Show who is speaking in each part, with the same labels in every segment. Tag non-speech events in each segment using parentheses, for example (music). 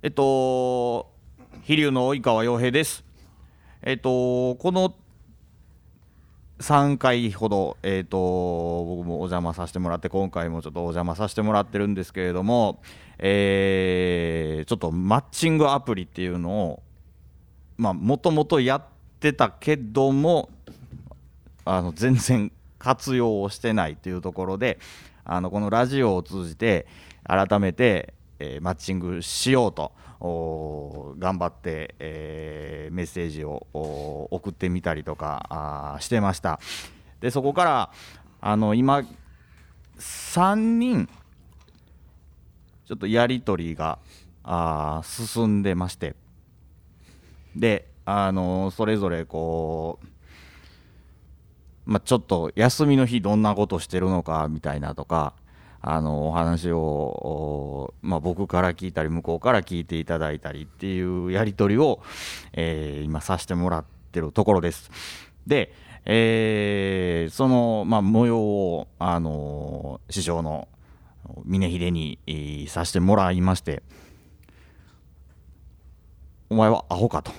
Speaker 1: えっと飛龍の及川洋平ですえっとこの3回ほど、えっと僕もお邪魔させてもらって今回もちょっとお邪魔させてもらってるんですけれども、えーちょっとマッチングアプリっていうのをまあもともとやってたけどもあの全然活用をしてないというところであのこのラジオを通じて改めて、えーマッチングしようとおー頑張って、えーメッセージをおー送ってみたりとかあーしてましたでそこからあの今3人ちょっとやり取りがあー進んでましてであのそれぞれこうまあ、ちょっと休みの日どんなことしてるのかみたいなとかあのお話を、おまあ、僕から聞いたり向こうから聞いていただいたりっていうやり取りを、えー今させてもらってるところです。で、えーその、まあ、模様を、あのー師匠の峰秀に、えーさせてもらいまして「お前はアホか」と。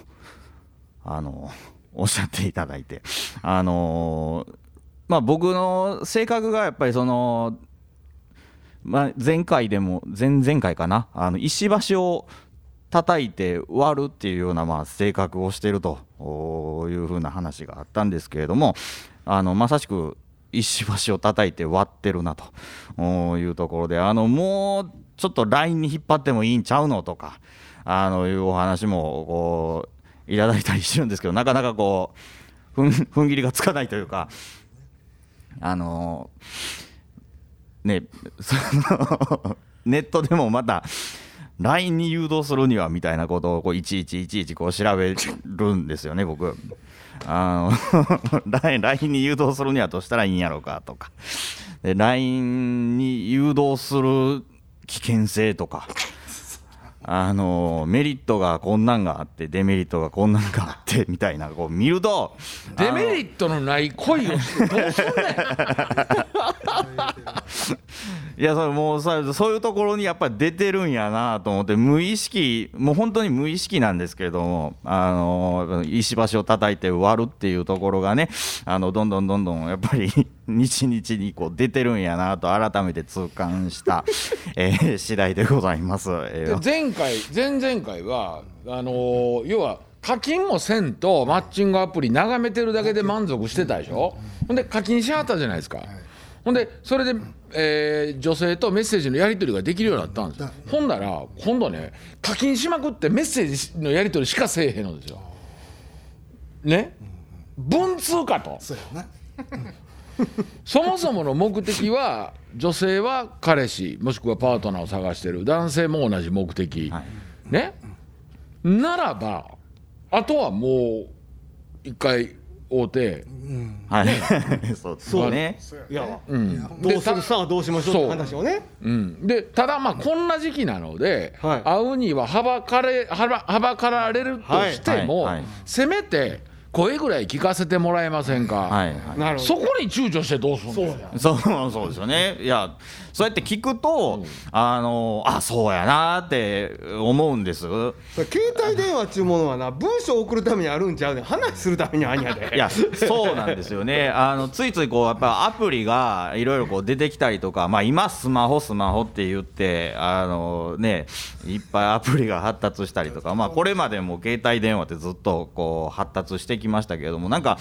Speaker 1: あの (laughs) おっしゃっていただいてあのまあ僕の性格がやっぱりその、まあ、前回でも前々回かなあの石橋を叩いて割るっていうようなまあ性格をしてるとおーいうふうな話があったんですけれどもあのまさしく石橋を叩いて割ってるなとおーいうところであのもうちょっとラインに引っ張ってもいいんちゃうのとかあのいうお話もこういただいたりしてるんですけどなかなかこうふん踏ん切りがつかないというかあのねそのネットでもまた LINE に誘導するにはみたいなことをこういちいちいちいちこう調べるんですよね僕あの (laughs) LINE LINE に誘導するにはどうしたらいいんやろうかとかで LINE に誘導する危険性とかあのメリットがこんなんがあってデメリットがこんなんがあってみたいなこう見ると
Speaker 2: デメリットのない恋をするどう (laughs) すんねん
Speaker 1: いやそれもうそうそういうところにやっぱり出てるんやなと思って無意識もう本当に無意識なんですけれどもあの石橋を叩いて割るっていうところがねあのどんどんどんどんやっぱり (laughs) 日々にこう出てるんやなと改めて痛感した、えー次第でございます。え
Speaker 2: で
Speaker 1: ー
Speaker 2: 前回前々回はあのー要は課金もせんとマッチングアプリ眺めてるだけで満足してたでしょほんで課金しはったじゃないですかほんでそれで、えー女性とメッセージのやり取りができるようになったんですよほんなら今度ね課金しまくってメッセージのやり取りしかせえへんのですよね文通かと
Speaker 3: そうやな
Speaker 2: そもそもの目的は女性は彼氏もしくはパートナーを探してる男性も同じ目的、
Speaker 1: はい
Speaker 2: ねならばあとはもう一回会うて
Speaker 1: はい、 (laughs) そうそうね。
Speaker 4: いや、どうするさあどうしましょうって話をね
Speaker 2: うん、でただまあこんな時期なので、
Speaker 4: はい
Speaker 2: 会うにははばかれはばはばかられるとしても、
Speaker 1: はいはいはい
Speaker 2: せめて声ぐらい聞かせてもらえませんか、
Speaker 1: はいはい。
Speaker 4: なるほ
Speaker 2: そ
Speaker 4: ど
Speaker 2: こに躊躇してどうすんの
Speaker 4: そうや
Speaker 1: そうそうですよねいやそうやって聞くと、あのあそうやなって思うんです
Speaker 4: 携帯電話っちゅうものはな文章送るためにあるんちゃうねん話するためにあんやで
Speaker 1: いやそうなんですよねあのついついこうやっぱアプリがいろいろこう出てきたりとか、まあ、今スマホスマホって言ってあの、ね、いっぱいアプリが発達したりとか、まあ、これまでも携帯電話ってずっとこう発達してきましたけれどもなんか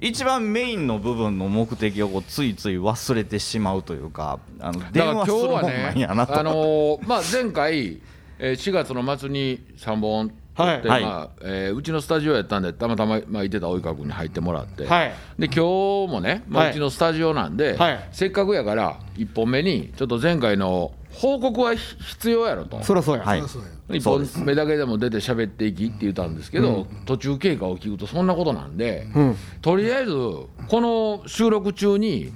Speaker 1: 一番メインの部分の目的をこうついつい忘れてしまうというかあの
Speaker 2: だ
Speaker 1: 電
Speaker 2: から
Speaker 1: 話
Speaker 2: 今日
Speaker 1: するも
Speaker 2: は
Speaker 1: んなん
Speaker 2: ね、
Speaker 1: やなと。
Speaker 2: あのーまあ、前回、えー4月の末に3本撮って、
Speaker 1: はい
Speaker 2: まあえーうちのスタジオやったんで、たまたま、まあ、いてた及川君に入ってもらって、
Speaker 4: はい
Speaker 2: で今日もね、まあ、
Speaker 4: はいう
Speaker 2: ちのスタジオなんで、
Speaker 4: はい
Speaker 2: せっかくやから、1本目に、ちょっと前回の報告は必要やろと。
Speaker 4: そらそうや、
Speaker 1: はい
Speaker 3: そうや
Speaker 2: 一
Speaker 1: そう
Speaker 2: 本
Speaker 1: です
Speaker 2: 目だけでも出て喋っていきって言ったんですけど、途中経過を聞くとそんなことなんで、
Speaker 4: ん
Speaker 2: とりあえずこの収録中に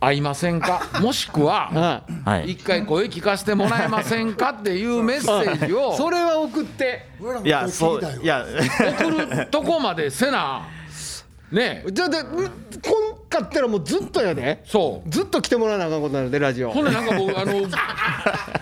Speaker 2: 会いませ
Speaker 1: (laughs)
Speaker 2: んかもしくは
Speaker 4: はい
Speaker 1: はい
Speaker 2: 一回声聞かせてもらえませんかっていうメッセージを
Speaker 4: それは送って
Speaker 3: 俺らも
Speaker 1: いや、 (laughs)
Speaker 3: こ
Speaker 1: そ
Speaker 3: れ
Speaker 1: う
Speaker 3: 聞た、よ
Speaker 1: いや、
Speaker 2: 送るとこまでせなねえ
Speaker 4: じゃあでこんかったらもうずっとやで
Speaker 2: そう
Speaker 4: ずっと来てもらわなあかんことなのでラジオ
Speaker 2: ほんでなんか僕あ
Speaker 1: (laughs)
Speaker 2: の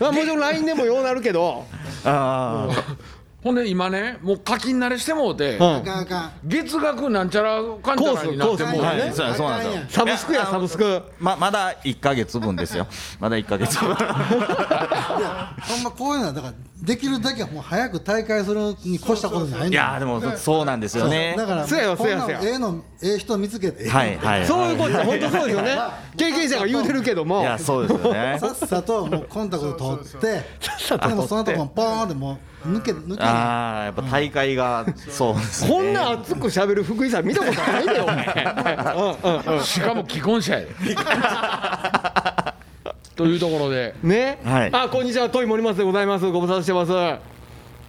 Speaker 4: まあもちろん LINE でもようなるけど
Speaker 1: ああ
Speaker 2: ほんで今ねもう課金慣れしてもうて、
Speaker 4: うん
Speaker 3: あかんあかん
Speaker 2: 月額なんちゃらかんちゃらになって
Speaker 4: コースコース
Speaker 2: もう
Speaker 4: そう
Speaker 3: あかん
Speaker 4: ね
Speaker 3: やん
Speaker 1: そうやそうなんですよ
Speaker 3: あ
Speaker 4: サ
Speaker 3: かんや
Speaker 4: ブスクや
Speaker 1: いや
Speaker 4: サブスク
Speaker 1: ままだ1か月分ですよまだ1か月分
Speaker 3: いやほんまこういうのはだからできるだけもう早く大会するに越したことないん
Speaker 1: いやーでもそうなんですよね
Speaker 3: だから
Speaker 4: そうやわ
Speaker 3: こんな
Speaker 4: そうやわそう
Speaker 3: ええのええ人見つけて
Speaker 1: はいはい
Speaker 4: そういう
Speaker 1: は
Speaker 4: こと本当そうですよね経験者が言うてるけど
Speaker 1: い
Speaker 4: も
Speaker 1: いやそうですよ
Speaker 4: (laughs)
Speaker 1: ね
Speaker 3: さっさともうコンタクト取
Speaker 1: (laughs)
Speaker 3: って
Speaker 4: さっさと取って
Speaker 3: でもそのとこポーンってもう抜け抜けない
Speaker 1: ああやっぱ大会がそうですね
Speaker 4: こんな熱く喋る福井さん見たことないでお前うんうんうん
Speaker 2: しかも既婚者やで (laughs) というところで
Speaker 4: ね、
Speaker 1: はい
Speaker 4: あこんにちはトイ森松でございますご無沙汰してます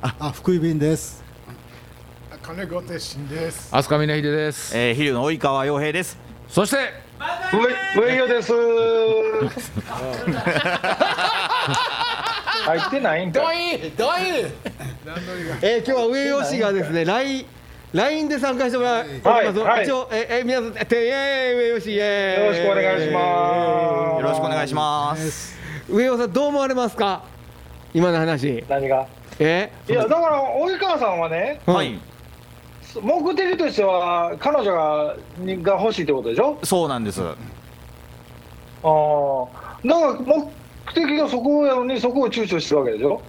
Speaker 3: あ福井便です
Speaker 5: 金子鉄心です。
Speaker 2: 飛鳥峰秀です
Speaker 1: えー、飛龍の及川洋平です
Speaker 2: そして
Speaker 6: 上与です。 (laughs) 入ってないんかい。
Speaker 4: えー、今日は上吉がですねライン LINE で参加してもらいます、
Speaker 6: はい
Speaker 4: 一応、えーえー、皆さん、てイエーイ上吉イエーイ
Speaker 6: よろしくお願いしま
Speaker 1: よろしくお願いします
Speaker 4: す上吉さんどう思われますか今の話
Speaker 6: 何が。
Speaker 4: え
Speaker 6: いや、だから、及川さんはね、
Speaker 4: うん
Speaker 1: はい
Speaker 6: 目的としては、彼女が、にが欲しいってことでしょ
Speaker 1: そうなんです
Speaker 6: ああ。だから、目的がそこやのに、そこを躊躇してるわけでしょ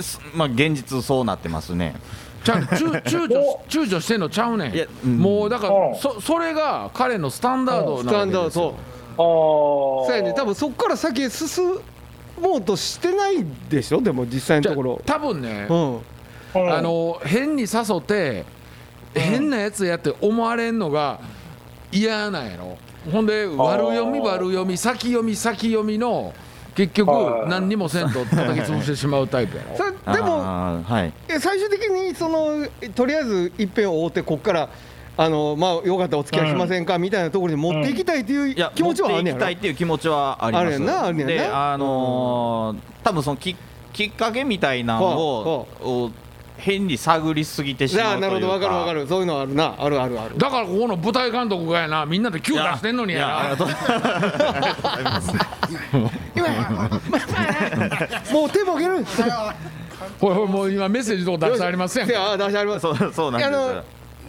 Speaker 1: すまあ現実そうなってますね
Speaker 2: ちゃん躊躊躇
Speaker 6: お
Speaker 2: 躊躇してんのちゃうねん
Speaker 1: いやうん
Speaker 2: もうだか
Speaker 6: う
Speaker 2: ら
Speaker 6: ん
Speaker 2: そそれが彼のスタンダード
Speaker 4: ス
Speaker 2: な
Speaker 4: タ
Speaker 2: わ
Speaker 4: ン
Speaker 2: け
Speaker 4: ダー
Speaker 2: で
Speaker 4: ド
Speaker 2: すよ
Speaker 4: そうそ
Speaker 6: ああ。
Speaker 4: うやね多分そこから先へ進もうとしてないでしょでも実際の
Speaker 2: じゃ
Speaker 4: ところ
Speaker 2: 多分ね
Speaker 4: うん
Speaker 6: うん
Speaker 2: あの変に誘って変なやつやって思われんのが嫌なんやろほんで悪読み悪読み先読み先読みの結局
Speaker 6: はい
Speaker 2: 何にもせんと叩き潰してしまうタイプやろ
Speaker 4: それでも
Speaker 1: あーはい
Speaker 4: え最終的にそのえとりあえず一遍追ってこっからあのまあよかったらお付き合いしませんか、みたいなところに持っていきたいとい
Speaker 1: いや
Speaker 4: う気持ちはある
Speaker 1: 持って
Speaker 4: ね
Speaker 1: いき
Speaker 4: やろ
Speaker 1: たいっていう気持ちはあります
Speaker 4: あるやんなあるやんな
Speaker 1: であのー、多分そのききっかけみたいなのをを変に探りすぎてし
Speaker 4: じゃ
Speaker 1: ま
Speaker 4: あ
Speaker 1: う
Speaker 4: な
Speaker 1: と
Speaker 4: る
Speaker 1: い
Speaker 4: ほ
Speaker 1: う
Speaker 4: どわかるわかるそういうのあるなあるあるある
Speaker 2: だからここの舞台監督がやなみんなで Q 出してんのに
Speaker 1: い
Speaker 2: や
Speaker 1: やありが
Speaker 2: な
Speaker 1: とう
Speaker 4: もう手もげ
Speaker 1: (laughs)
Speaker 4: る出
Speaker 2: ほいほいもう今メッセージとか出してありません
Speaker 4: いや
Speaker 2: か
Speaker 4: あ出してあります
Speaker 1: そうそうなんです
Speaker 4: あの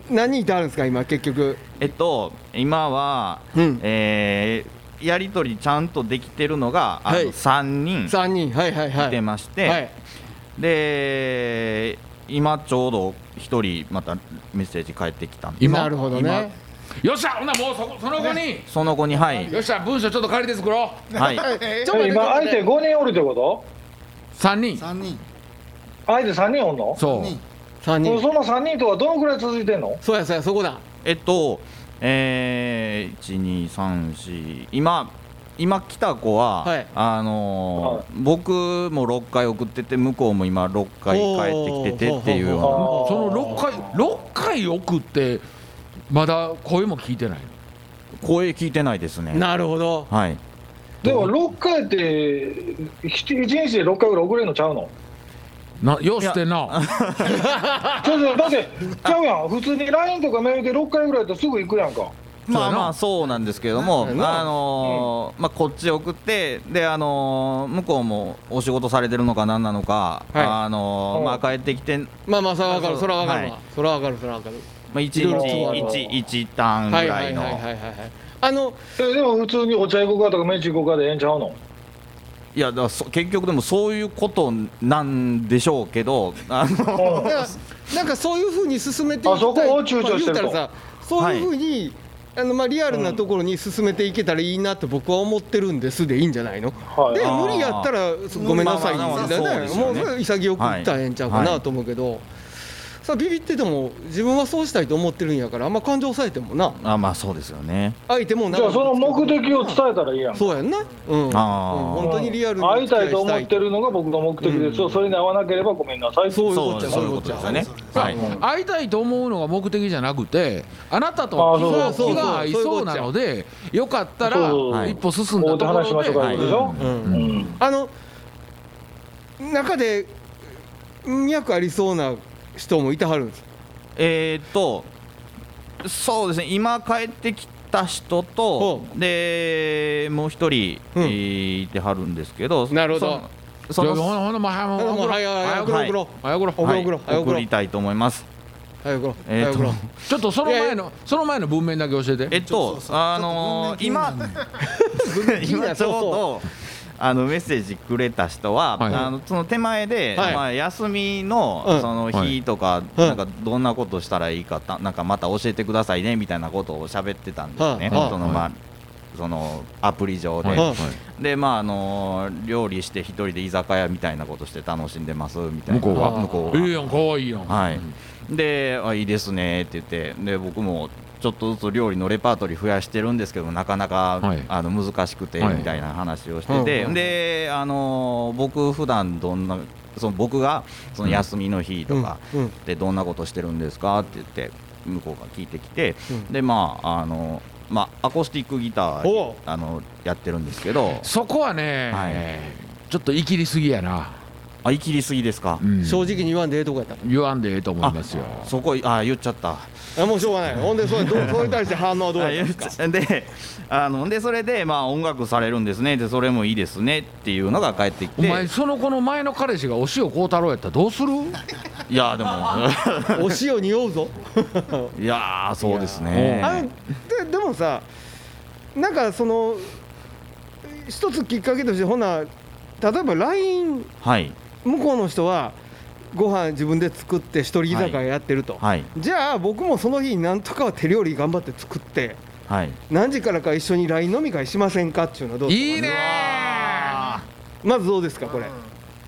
Speaker 4: 何人いてあるんですか今結局
Speaker 1: えっと今は、
Speaker 4: うん
Speaker 1: えーやり取りちゃんとできてるのが、あの
Speaker 4: はい
Speaker 1: 3人
Speaker 4: 3人はいはいはい
Speaker 1: いてまして、
Speaker 4: はい
Speaker 1: で今ちょうど1人またメッセージ返ってきたんで
Speaker 2: 今
Speaker 4: なるほどね
Speaker 2: 今よっしゃほんならもうそこその後に
Speaker 1: その後にはい
Speaker 2: よっしゃ文章ちょっと借りて作ろ
Speaker 1: はい
Speaker 4: ちょっと待って
Speaker 6: え今、
Speaker 4: ちょっと待
Speaker 6: 相
Speaker 4: って
Speaker 6: 手5人おるってこと
Speaker 2: う3人
Speaker 3: 三人
Speaker 6: 相手3人おんの
Speaker 2: そ
Speaker 3: 三人
Speaker 2: う
Speaker 4: 3
Speaker 6: そ
Speaker 4: 人
Speaker 6: その3人とはどのくらい続いてんの
Speaker 4: そうやそうやそこだ
Speaker 1: えっとえー、1234今今来た子は、
Speaker 4: はい
Speaker 1: あのー僕も6回送ってて向こうも今6回帰ってきててっていうような
Speaker 6: おー
Speaker 2: その6回6回送ってまだ声も聞いてない
Speaker 1: 声聞いてないですね
Speaker 4: なるほど
Speaker 1: はい
Speaker 6: でも6回って1日で6回ぐらい遅れるのちゃうの
Speaker 2: なよしてな
Speaker 6: ちょっとだってちゃうやん普通に LINE とかメールで6回ぐらいやったらすぐ行くやんか
Speaker 1: まあ
Speaker 2: そう
Speaker 1: ま
Speaker 2: やな
Speaker 1: あそうなんですけれども、
Speaker 4: なんやな
Speaker 1: あのーまあ、こっち送ってで、あのー向こうもお仕事されてるのか何なのか、
Speaker 4: はい
Speaker 1: あのーまあ、帰ってきて、ま
Speaker 4: まあまあそれはわかるそれはわかるわ、
Speaker 1: はい
Speaker 4: それはわかるそれはわかる
Speaker 1: あ、
Speaker 4: いろいろとある
Speaker 1: 1日1ターンぐ
Speaker 4: はいは
Speaker 1: らい
Speaker 4: い
Speaker 1: の、
Speaker 4: はい
Speaker 1: い
Speaker 4: はいはいはいあの
Speaker 6: えでも普通にお茶行こうかとか飯行こうかでええんちゃうの
Speaker 1: やだからそ結局でもそういうことなんでしょうけどあの
Speaker 4: (laughs)
Speaker 6: うん
Speaker 4: だからなんかそういうふうに進めていきたい
Speaker 6: あそこを躊躇してる
Speaker 4: まあ言う
Speaker 6: と
Speaker 4: たらさそういうふうに、あのまあリアルなところに進めていけたらいいなと僕は思ってるんですでいいんじゃないの、
Speaker 6: はい
Speaker 4: で
Speaker 1: あー
Speaker 4: 無理やったらそごめんなさい
Speaker 1: まあまあまあ
Speaker 4: だ
Speaker 1: そう
Speaker 4: ね
Speaker 1: です
Speaker 4: も
Speaker 1: よ
Speaker 4: う
Speaker 1: ね
Speaker 4: それ潔く言ったらええんちゃうか
Speaker 1: は
Speaker 4: ないと思うけど、さあビビってても自分はそうしたいと思ってるんやからあんま感情抑えてもな
Speaker 1: あまあそうですよね
Speaker 4: 相手もな
Speaker 6: じゃあその目的を伝えたらいいやん
Speaker 4: そうやんな、うんうん、本当にリアルに
Speaker 6: 会いたいと思
Speaker 4: 付
Speaker 6: っ
Speaker 4: き合
Speaker 6: てるのが僕の目的ですよ、それに合わなければごめんなさい
Speaker 4: そういう
Speaker 1: そ
Speaker 4: こっ
Speaker 1: う
Speaker 4: ちゃ
Speaker 1: そういうことですよね
Speaker 2: まあ
Speaker 1: はい
Speaker 2: 会いたいと思うのが目的じゃなくてあなたと
Speaker 6: あそう
Speaker 2: は
Speaker 6: そう
Speaker 2: 気が合いそうなのでよかったら
Speaker 6: そう
Speaker 1: はい
Speaker 2: 一歩進ん
Speaker 6: こ
Speaker 2: だ
Speaker 6: うで
Speaker 2: とこ
Speaker 6: 話し
Speaker 2: ろ
Speaker 6: ましょうかいうこと
Speaker 2: で
Speaker 6: でし
Speaker 4: い
Speaker 6: ょ、
Speaker 4: うん
Speaker 6: うん
Speaker 4: あの中で脈ありそうな人もいてはるんです
Speaker 1: えーっとそうですね今帰ってきた人と
Speaker 4: ほ
Speaker 1: でもう一人、
Speaker 4: うん
Speaker 1: えーいてはるんですけど
Speaker 4: なるほど
Speaker 1: その
Speaker 2: じゃあ
Speaker 1: そ
Speaker 2: ほ
Speaker 1: の
Speaker 2: なほなもう早
Speaker 4: ほなもう早い
Speaker 1: 早
Speaker 4: 早
Speaker 1: く
Speaker 4: く
Speaker 1: はい
Speaker 4: 送ろう
Speaker 2: 早くろ
Speaker 4: 送ろう送ろう
Speaker 1: はい
Speaker 4: 早送ろう
Speaker 1: 送りたいと思います
Speaker 4: 早く送ろう
Speaker 1: えー
Speaker 4: 早
Speaker 1: と
Speaker 4: く送ろう
Speaker 2: ちょっとその前のその前の文面だけ教えて
Speaker 1: えっとあのー今今ちょうどあのメッセージくれた人は、
Speaker 2: はい
Speaker 1: あのその手前で、
Speaker 4: はい
Speaker 1: まあ、休みの,、
Speaker 4: うん
Speaker 1: その
Speaker 2: はい
Speaker 1: 日とか,、
Speaker 4: うん
Speaker 1: なんかどんなことしたらいいかたなんかまた教えてくださいねみたいなことを喋ってたんですね、
Speaker 4: はい
Speaker 1: そのまあ
Speaker 2: は
Speaker 1: そのアプリ上で、
Speaker 2: はい
Speaker 4: うん
Speaker 2: はい
Speaker 1: でまああのー料理して一人で居酒屋みたいなことして楽しんでますみたいな
Speaker 2: 向こう
Speaker 1: あ
Speaker 2: は
Speaker 1: 向こう
Speaker 2: え
Speaker 1: が
Speaker 2: えやんかわいいやん
Speaker 1: はい、であいいですねって言ってで僕もちょっとずつ料理のレパートリー増やしてるんですけどなかなか、
Speaker 2: はい
Speaker 1: あの難しくて
Speaker 2: はい
Speaker 1: みたいな話をしてて、
Speaker 4: うんうん
Speaker 1: であのー僕普段どんなその僕がその休みの日とか
Speaker 4: うんうん
Speaker 1: でどんなことしてるんですかって言って向こうが聞いてきて、
Speaker 4: うん
Speaker 1: でまああのまあアコースティックギタ
Speaker 4: お
Speaker 1: ー
Speaker 4: う
Speaker 1: あのやってるんですけど
Speaker 2: そこはね、
Speaker 1: はい
Speaker 2: ちょっといきりすぎやな、
Speaker 1: あいきりすぎですか、
Speaker 2: うん
Speaker 4: 正直に言わんでええとこやった
Speaker 2: 言わんでええと思いますよ
Speaker 1: そこあ言っちゃった
Speaker 4: あもうしょうがないほんでそうどうそれに対して反応はどうやったんですか
Speaker 1: あで (laughs) あのでそれで、まあ、音楽されるんですねでそれもいいですねっていうのが返ってき
Speaker 2: お
Speaker 1: て
Speaker 2: 前その子の前の彼氏がお塩幸太郎やったらどうする
Speaker 1: いやでも (laughs)
Speaker 4: お塩におうぞ
Speaker 1: いやーそうです
Speaker 4: あ
Speaker 1: ね
Speaker 4: ででもさなんかその一つきっかけとしてほな例えば LINE
Speaker 1: はい
Speaker 4: 向こうの人はご飯自分で作って一人居酒屋やってると、
Speaker 1: はい
Speaker 4: じゃあ僕もその日なんとか手料理頑張って作って
Speaker 1: はい
Speaker 4: 何時からか一緒に LINE 飲み会しませんかっていうのはどうですか
Speaker 2: いいね
Speaker 4: まずどうですかこれ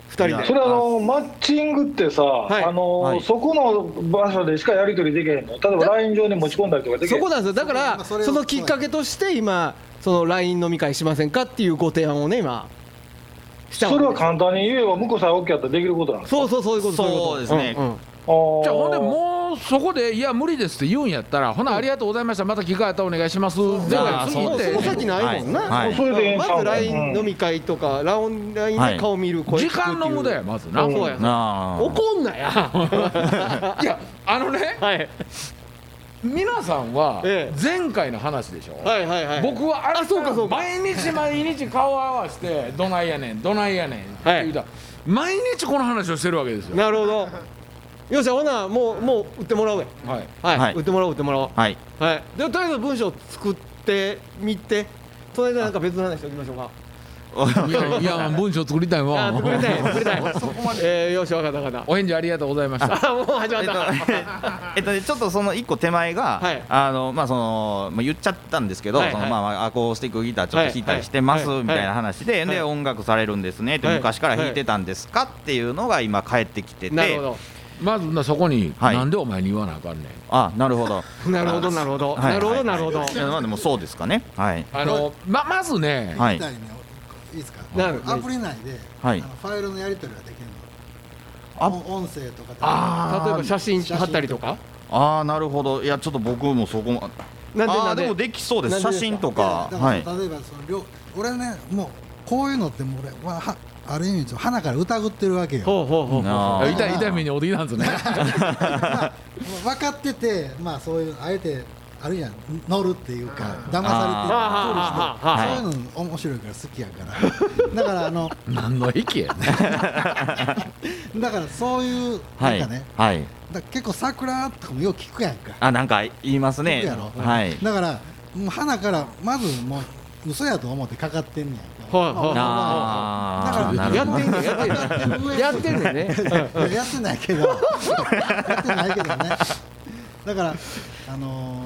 Speaker 4: 二人
Speaker 1: いや
Speaker 4: で
Speaker 6: それあのマッチングってさ、
Speaker 4: い
Speaker 6: あの
Speaker 1: はい
Speaker 6: そこの場所でしかやり取りできへんの例えば
Speaker 4: だ
Speaker 6: LINE 上に持ち込んだりとかでき
Speaker 4: そ
Speaker 6: へん
Speaker 4: こなんですよだか
Speaker 3: ま
Speaker 4: ら
Speaker 3: あそれを
Speaker 4: そのきっかけとして今その LINE 飲み会しませんかっていうご提案をね今したわ
Speaker 6: そ
Speaker 4: け
Speaker 6: れ
Speaker 4: で
Speaker 6: は簡単に言えば向こうさえ OK やったらできることなんですか
Speaker 4: そうそうそういうこと
Speaker 1: そうですね
Speaker 4: うんうん
Speaker 6: あー
Speaker 2: じゃあほんでもうそこで「いや無理です」って言うんやったら「ほなありがとうございましたまた機会あったらお願いします」で
Speaker 1: あー
Speaker 2: 次行っ
Speaker 4: その
Speaker 1: うです
Speaker 2: て
Speaker 4: 先ないもんな、
Speaker 1: はい
Speaker 6: それでええんちゃう
Speaker 4: まず
Speaker 6: の
Speaker 4: LINE 飲み会とか、ラオン LINE で顔見る、声
Speaker 2: 時
Speaker 4: 聞くっていう
Speaker 2: 間の無駄やまずな
Speaker 4: あそうや
Speaker 1: なあ
Speaker 4: 怒んなや
Speaker 2: いやあのね
Speaker 4: はい
Speaker 2: 皆さんは
Speaker 4: ええ
Speaker 2: 前回の話でしょ
Speaker 4: はいはいはい
Speaker 2: 僕はあ
Speaker 4: あそうかそうか
Speaker 2: 毎日毎日顔合わせて「どないやねんどないやねん」って言うたら毎日この話をしてるわけですよ
Speaker 4: なるほどよっしゃほなもうもう売ってもらおうや
Speaker 2: はい
Speaker 4: はい、
Speaker 1: はい
Speaker 4: 売ってもらおう売ってもらおう
Speaker 1: はい (laughs)
Speaker 4: はいでとりあえず文章作ってみてその間なんか別の話しておきましょうか
Speaker 2: いやいや文章作りたい
Speaker 4: あ
Speaker 2: わ
Speaker 4: ー作りた
Speaker 1: (laughs)
Speaker 4: い作りたいえー、よっしゃわかったわかっ
Speaker 2: お返事ありがとうございました
Speaker 4: たあもう始ま
Speaker 1: え
Speaker 4: っ
Speaker 1: っと
Speaker 4: た、
Speaker 1: えっとね、ちょっとその一個手前が、
Speaker 4: はい
Speaker 1: あのまあそのまあ言っちゃったんですけど、
Speaker 4: はいはい
Speaker 1: そのまあまあアコースティックギターちょっと弾いたりしてます、
Speaker 4: はいはい
Speaker 1: みたいな話で、
Speaker 4: はい
Speaker 1: で音楽されるんですねって、
Speaker 4: はい
Speaker 1: 昔から弾いてたんですかっていうのが今帰ってきてて、
Speaker 4: なるほど
Speaker 2: まずなそこに、
Speaker 1: はい
Speaker 2: なんでお前に言わなあかんねん
Speaker 1: あなるほど
Speaker 4: なるほどなるほど、
Speaker 1: はい
Speaker 4: なるほどなるほど、
Speaker 1: いやまあでもそうですかねはい
Speaker 2: あのままずね、
Speaker 1: はい
Speaker 3: みたいにねいいですか
Speaker 4: なんか
Speaker 3: アプリ内で、
Speaker 1: はい
Speaker 3: あのファイルのやり取りができるの
Speaker 1: あ
Speaker 3: お音声とか
Speaker 1: あー
Speaker 4: 例えば写真貼ったりとか
Speaker 1: ああなるほどいやちょっと僕もそこま
Speaker 4: なんで
Speaker 1: あ
Speaker 4: な
Speaker 1: ー
Speaker 4: んで
Speaker 1: でもできそうです
Speaker 4: なんで
Speaker 1: 写
Speaker 4: で
Speaker 1: 真
Speaker 4: すか
Speaker 1: と
Speaker 3: いや
Speaker 1: か
Speaker 3: だ
Speaker 1: はい
Speaker 3: ら例えばその両俺ねもうこういうのってもう俺ははある意味ちょっと鼻から疑ってるわけよ
Speaker 4: ほうほうほう
Speaker 1: あー
Speaker 2: 痛い痛い目におできなんですね (laughs)
Speaker 3: 分かっててまあそういうあえてあるじゃん乗るっていうか騙
Speaker 4: あー
Speaker 3: されてるそういうの面白いから好きやから (laughs) だからあの
Speaker 2: 何の駅やね
Speaker 3: だからそういう
Speaker 1: は
Speaker 3: ないんかね
Speaker 1: はい
Speaker 3: だから結構桜とかもよく聞くやんか
Speaker 1: あなんか言います
Speaker 3: 聞く
Speaker 1: ね
Speaker 3: やろ
Speaker 1: はい
Speaker 3: だからもう鼻からまずもう嘘やと思ってかかってんねやんか
Speaker 4: はいはい
Speaker 3: まだか
Speaker 1: あ
Speaker 3: ら
Speaker 1: ーなる
Speaker 4: や
Speaker 1: ほ
Speaker 4: ってんねんやってんねん
Speaker 3: 上
Speaker 4: やってんねんね。
Speaker 3: いややってないけどやってないけどねだからあのー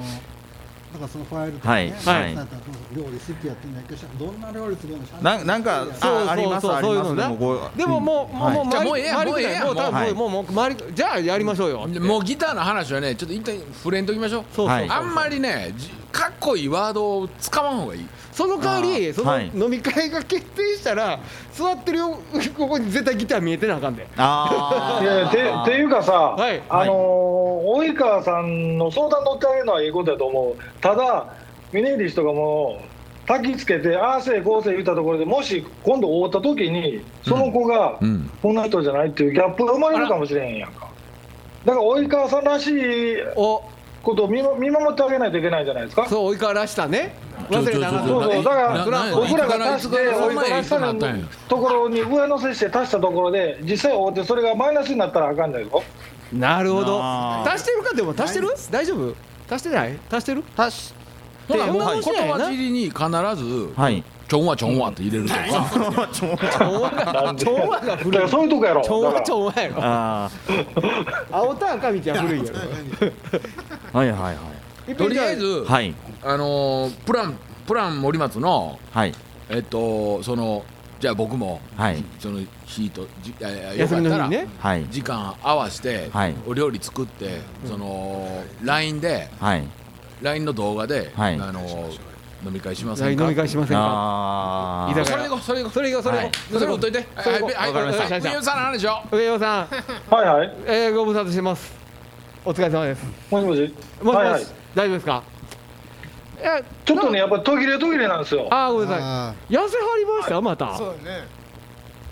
Speaker 3: だからそのファイルとかね、
Speaker 1: はいはい
Speaker 3: なんか料理好きやってんだけどどんな料理作るの
Speaker 1: どなんなんか
Speaker 4: そうそう
Speaker 1: ああります
Speaker 4: そう
Speaker 1: ありま
Speaker 4: そうい
Speaker 1: す
Speaker 4: うの
Speaker 1: で
Speaker 4: な
Speaker 1: もこう
Speaker 4: でももう、もう、もう、
Speaker 2: じゃあもうえ
Speaker 4: 回
Speaker 2: え
Speaker 4: り
Speaker 2: やん
Speaker 4: 回り
Speaker 2: もう
Speaker 4: く
Speaker 2: ええや
Speaker 4: らい、
Speaker 2: ん
Speaker 4: もう、多
Speaker 1: もうはい
Speaker 4: 分、もう、もう、回り、じゃあ、やりましょうよ。
Speaker 2: もうギターの話はねちょっと一旦触れんときましょう
Speaker 4: そうそう
Speaker 1: はい
Speaker 4: そう
Speaker 2: あんまりねじかっこいいワードを使わん方がいい
Speaker 4: その代わり、そ
Speaker 1: は
Speaker 4: の
Speaker 1: い
Speaker 4: 飲み会が決定したら、座ってるよ、ここに絶対ギター見えてなあかんで。
Speaker 1: あー
Speaker 6: いやいやてていうかさ、
Speaker 4: はい
Speaker 6: あのー及川さんの相談乗ってあげるのはいいことやと思うただ峰岸とかも焚きつけてああせいこうせい言ったところでもし今度会った時にその子が、
Speaker 2: うん
Speaker 6: こんな人じゃないっていうギャップが生まれるかもしれへんやんかだから及川さんらしい
Speaker 4: お、
Speaker 6: ことを見ま見守ってあげないといけないじゃないですか。そう
Speaker 4: そう及川らしさね忘れたな
Speaker 6: そうだから
Speaker 2: なな
Speaker 6: 僕らが足して
Speaker 2: いつから
Speaker 6: 俺が
Speaker 2: い
Speaker 6: 足し
Speaker 2: つからいつからいつから
Speaker 6: た
Speaker 2: なったんや
Speaker 6: のところに上乗せして足したところで実際大手それがマイナスになったらあかんないぞ。
Speaker 4: なるほど
Speaker 1: なあ
Speaker 4: 足してるかでも足してる大丈夫足してない足してる
Speaker 1: 足し
Speaker 2: ほら
Speaker 4: で
Speaker 2: もう
Speaker 4: はい
Speaker 2: 言葉尻に必ず
Speaker 1: はい (laughs)
Speaker 2: ちょんわちょんわって入れるとか
Speaker 4: 調和調和が
Speaker 6: だか
Speaker 4: 古い
Speaker 6: らそういうとこやろ。
Speaker 4: 調
Speaker 6: だか
Speaker 4: 和
Speaker 6: ら
Speaker 4: 調和やろ
Speaker 1: あ
Speaker 4: 青田赤道は古いやろ
Speaker 1: あはいはいはい
Speaker 4: 一
Speaker 2: と
Speaker 4: 遍
Speaker 2: り
Speaker 4: じゃ
Speaker 2: あえず、
Speaker 1: はい
Speaker 2: あのープランプラン森松の
Speaker 1: はい
Speaker 2: えっとそのじゃあ僕も
Speaker 1: はい
Speaker 2: その日とじああよ
Speaker 4: 休
Speaker 2: か
Speaker 4: み
Speaker 2: った
Speaker 4: の
Speaker 2: ら
Speaker 4: 日にね
Speaker 1: はい
Speaker 2: 時間合わせて、
Speaker 1: はい
Speaker 2: お料理作ってその LINE で
Speaker 1: はい
Speaker 2: LINE の動画で、
Speaker 1: はい
Speaker 2: あのー飲み会しませ
Speaker 4: はい
Speaker 2: んか
Speaker 4: 飲み会しませんか
Speaker 1: ああ
Speaker 4: 居酒
Speaker 2: それ
Speaker 4: 屋
Speaker 2: でそれで
Speaker 4: それがそれ
Speaker 1: は
Speaker 4: が
Speaker 1: い
Speaker 2: それ持っといて
Speaker 4: それ
Speaker 2: はいはい
Speaker 4: わかりました
Speaker 2: はい宮本さんの話を
Speaker 4: 上尾さん
Speaker 6: はいはい。
Speaker 4: えーご無沙汰してますお疲れ様です
Speaker 6: もしもし。
Speaker 4: もし
Speaker 6: はい
Speaker 4: も
Speaker 6: はい
Speaker 4: し。大丈夫ですかいや
Speaker 6: ちょっとねやっぱり途切れ途切れなんですよ。
Speaker 4: あーごめんなさ
Speaker 3: あ
Speaker 4: い痩せはりましたまた
Speaker 5: そうだね。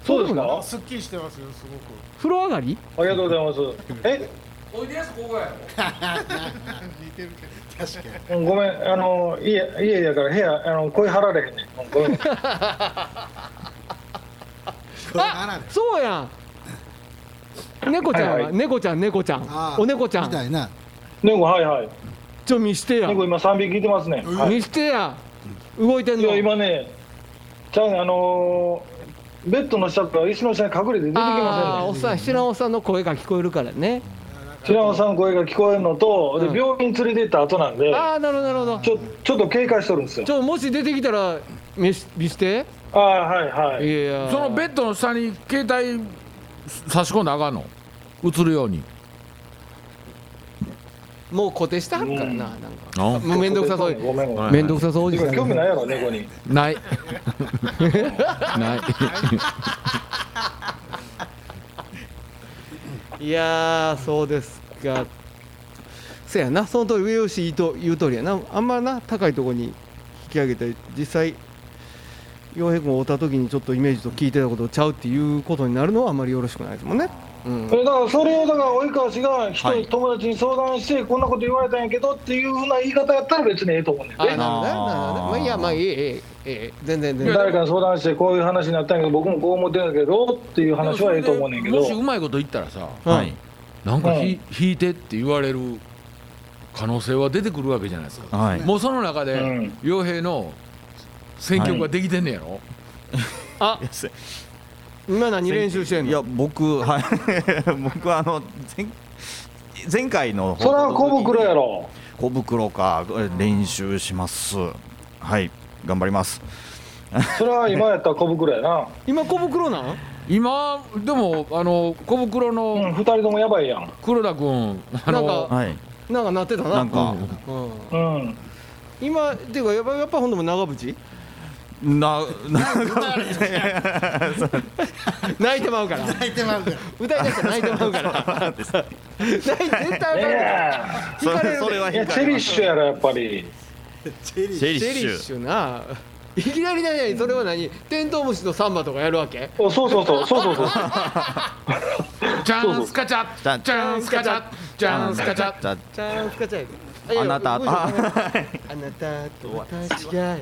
Speaker 6: そうですか
Speaker 5: あ。すっきりしてますよすごく。
Speaker 4: 風呂上がり
Speaker 6: ありがとうございます。え、
Speaker 5: 似てるけど確かに。
Speaker 6: うんごめんあの家家やから部屋あの声張られへんねん。う
Speaker 4: (laughs)
Speaker 6: んごめん。
Speaker 4: あそうやん猫ちゃんは、
Speaker 6: はいはい
Speaker 4: 猫ちゃん猫ちゃん
Speaker 3: あー
Speaker 4: お猫ちゃ
Speaker 3: みた
Speaker 4: ん
Speaker 3: いな
Speaker 6: 猫はいはい。
Speaker 4: ちょ見してや
Speaker 6: 猫今三匹いてますね。はい。
Speaker 4: 見してや動いてん
Speaker 6: い
Speaker 4: の
Speaker 6: や今ね、ちゃうねあのーベッドの下から椅子の下に隠れて出てき
Speaker 4: ああ
Speaker 6: ま
Speaker 4: おっさん白尾さんの声が聞こえるからね
Speaker 6: せんね。白尾さんの声が聞こえるのと、
Speaker 4: うん
Speaker 6: で病院連れて行った後なんで、
Speaker 4: ああなるほどなるほど
Speaker 6: ちょちょっと警戒しとるんですよ
Speaker 4: ち。ょもし出てきたら見し見して
Speaker 6: ああはいはいい。
Speaker 4: やいや
Speaker 2: そのベッドの下に携帯差し込んだらあかんの映るように
Speaker 4: もう固定してはるからななんか
Speaker 2: あ
Speaker 4: もうめんどくさそう
Speaker 6: ごめんごめん。
Speaker 4: めんどくさそうおじさん
Speaker 6: 興味ないやろ猫に。
Speaker 2: ないない
Speaker 4: いやーそうですかせやなその通り上吉と言う通りやなあんまな高いとこに引き上げて実際洋平君を追った時にちょっとイメージと聞いてたことちゃうっていうことになるのはあんまりよろしくないですもんね、うん
Speaker 6: そ、れだからそれをだから及川氏が人、
Speaker 1: はい
Speaker 6: 友達に相談してこんなこと言われたんやけどっていうふうな言い方やったら別にええと思うねん
Speaker 4: あなるほどねな
Speaker 6: で
Speaker 4: るほどねまあいいやまあいいえええええ全然全然
Speaker 6: 誰かに相談してこういう話になったんやけど僕もこう思ってんだけどっていう話はええと思うねんけ
Speaker 2: も
Speaker 6: ど
Speaker 2: しうまいこと言ったらさ
Speaker 1: はい
Speaker 2: なんか
Speaker 6: うん
Speaker 2: ひ、引いてって言われる可能性は出てくるわけじゃないですか、
Speaker 1: はい
Speaker 2: もうその中
Speaker 6: う
Speaker 2: で
Speaker 6: ん
Speaker 2: 洋、平の選曲ができてんねやろ、
Speaker 4: あ今何練習してん
Speaker 1: いや
Speaker 4: の
Speaker 1: 僕はい (laughs) 僕はあの前前回の
Speaker 6: それは小袋やろ
Speaker 1: 小袋か練習しますはい頑張ります
Speaker 6: それは今やったら小袋やな、
Speaker 4: 今小袋なん
Speaker 2: 今でもあの小袋
Speaker 6: うん、
Speaker 2: の
Speaker 6: 2人ともやばいやん
Speaker 2: 黒田君あ
Speaker 4: なん
Speaker 2: の
Speaker 4: か
Speaker 1: はい
Speaker 4: なんかなってたな
Speaker 1: なんか
Speaker 4: うん、
Speaker 6: うん
Speaker 4: 今っていうかやっぱやっぱほんでも長渕
Speaker 1: なな (laughs)
Speaker 4: 泣いてまうから
Speaker 3: 入ってまうから
Speaker 4: 歌いだしたら泣いてま
Speaker 1: (laughs)
Speaker 4: うから泣い絶対歌う
Speaker 6: え
Speaker 4: から
Speaker 1: そ
Speaker 4: 引かれる
Speaker 1: れ
Speaker 4: ね
Speaker 1: それは
Speaker 6: えいや
Speaker 1: 引か
Speaker 6: チェ
Speaker 1: れ
Speaker 6: リ
Speaker 1: ます
Speaker 6: ッシュやろやっぱり
Speaker 1: チェリッ
Speaker 4: チェリッ
Speaker 1: シュ
Speaker 4: シュないきなり何々それは何テントウムシとサンバとかやるわけ
Speaker 6: おそうそうそうそうそうそう
Speaker 2: チャンスカチャッチャンスカチャッチャンスカチャッ
Speaker 1: じゃ
Speaker 4: チャンスカチャイ
Speaker 1: あなた
Speaker 4: あなたと私が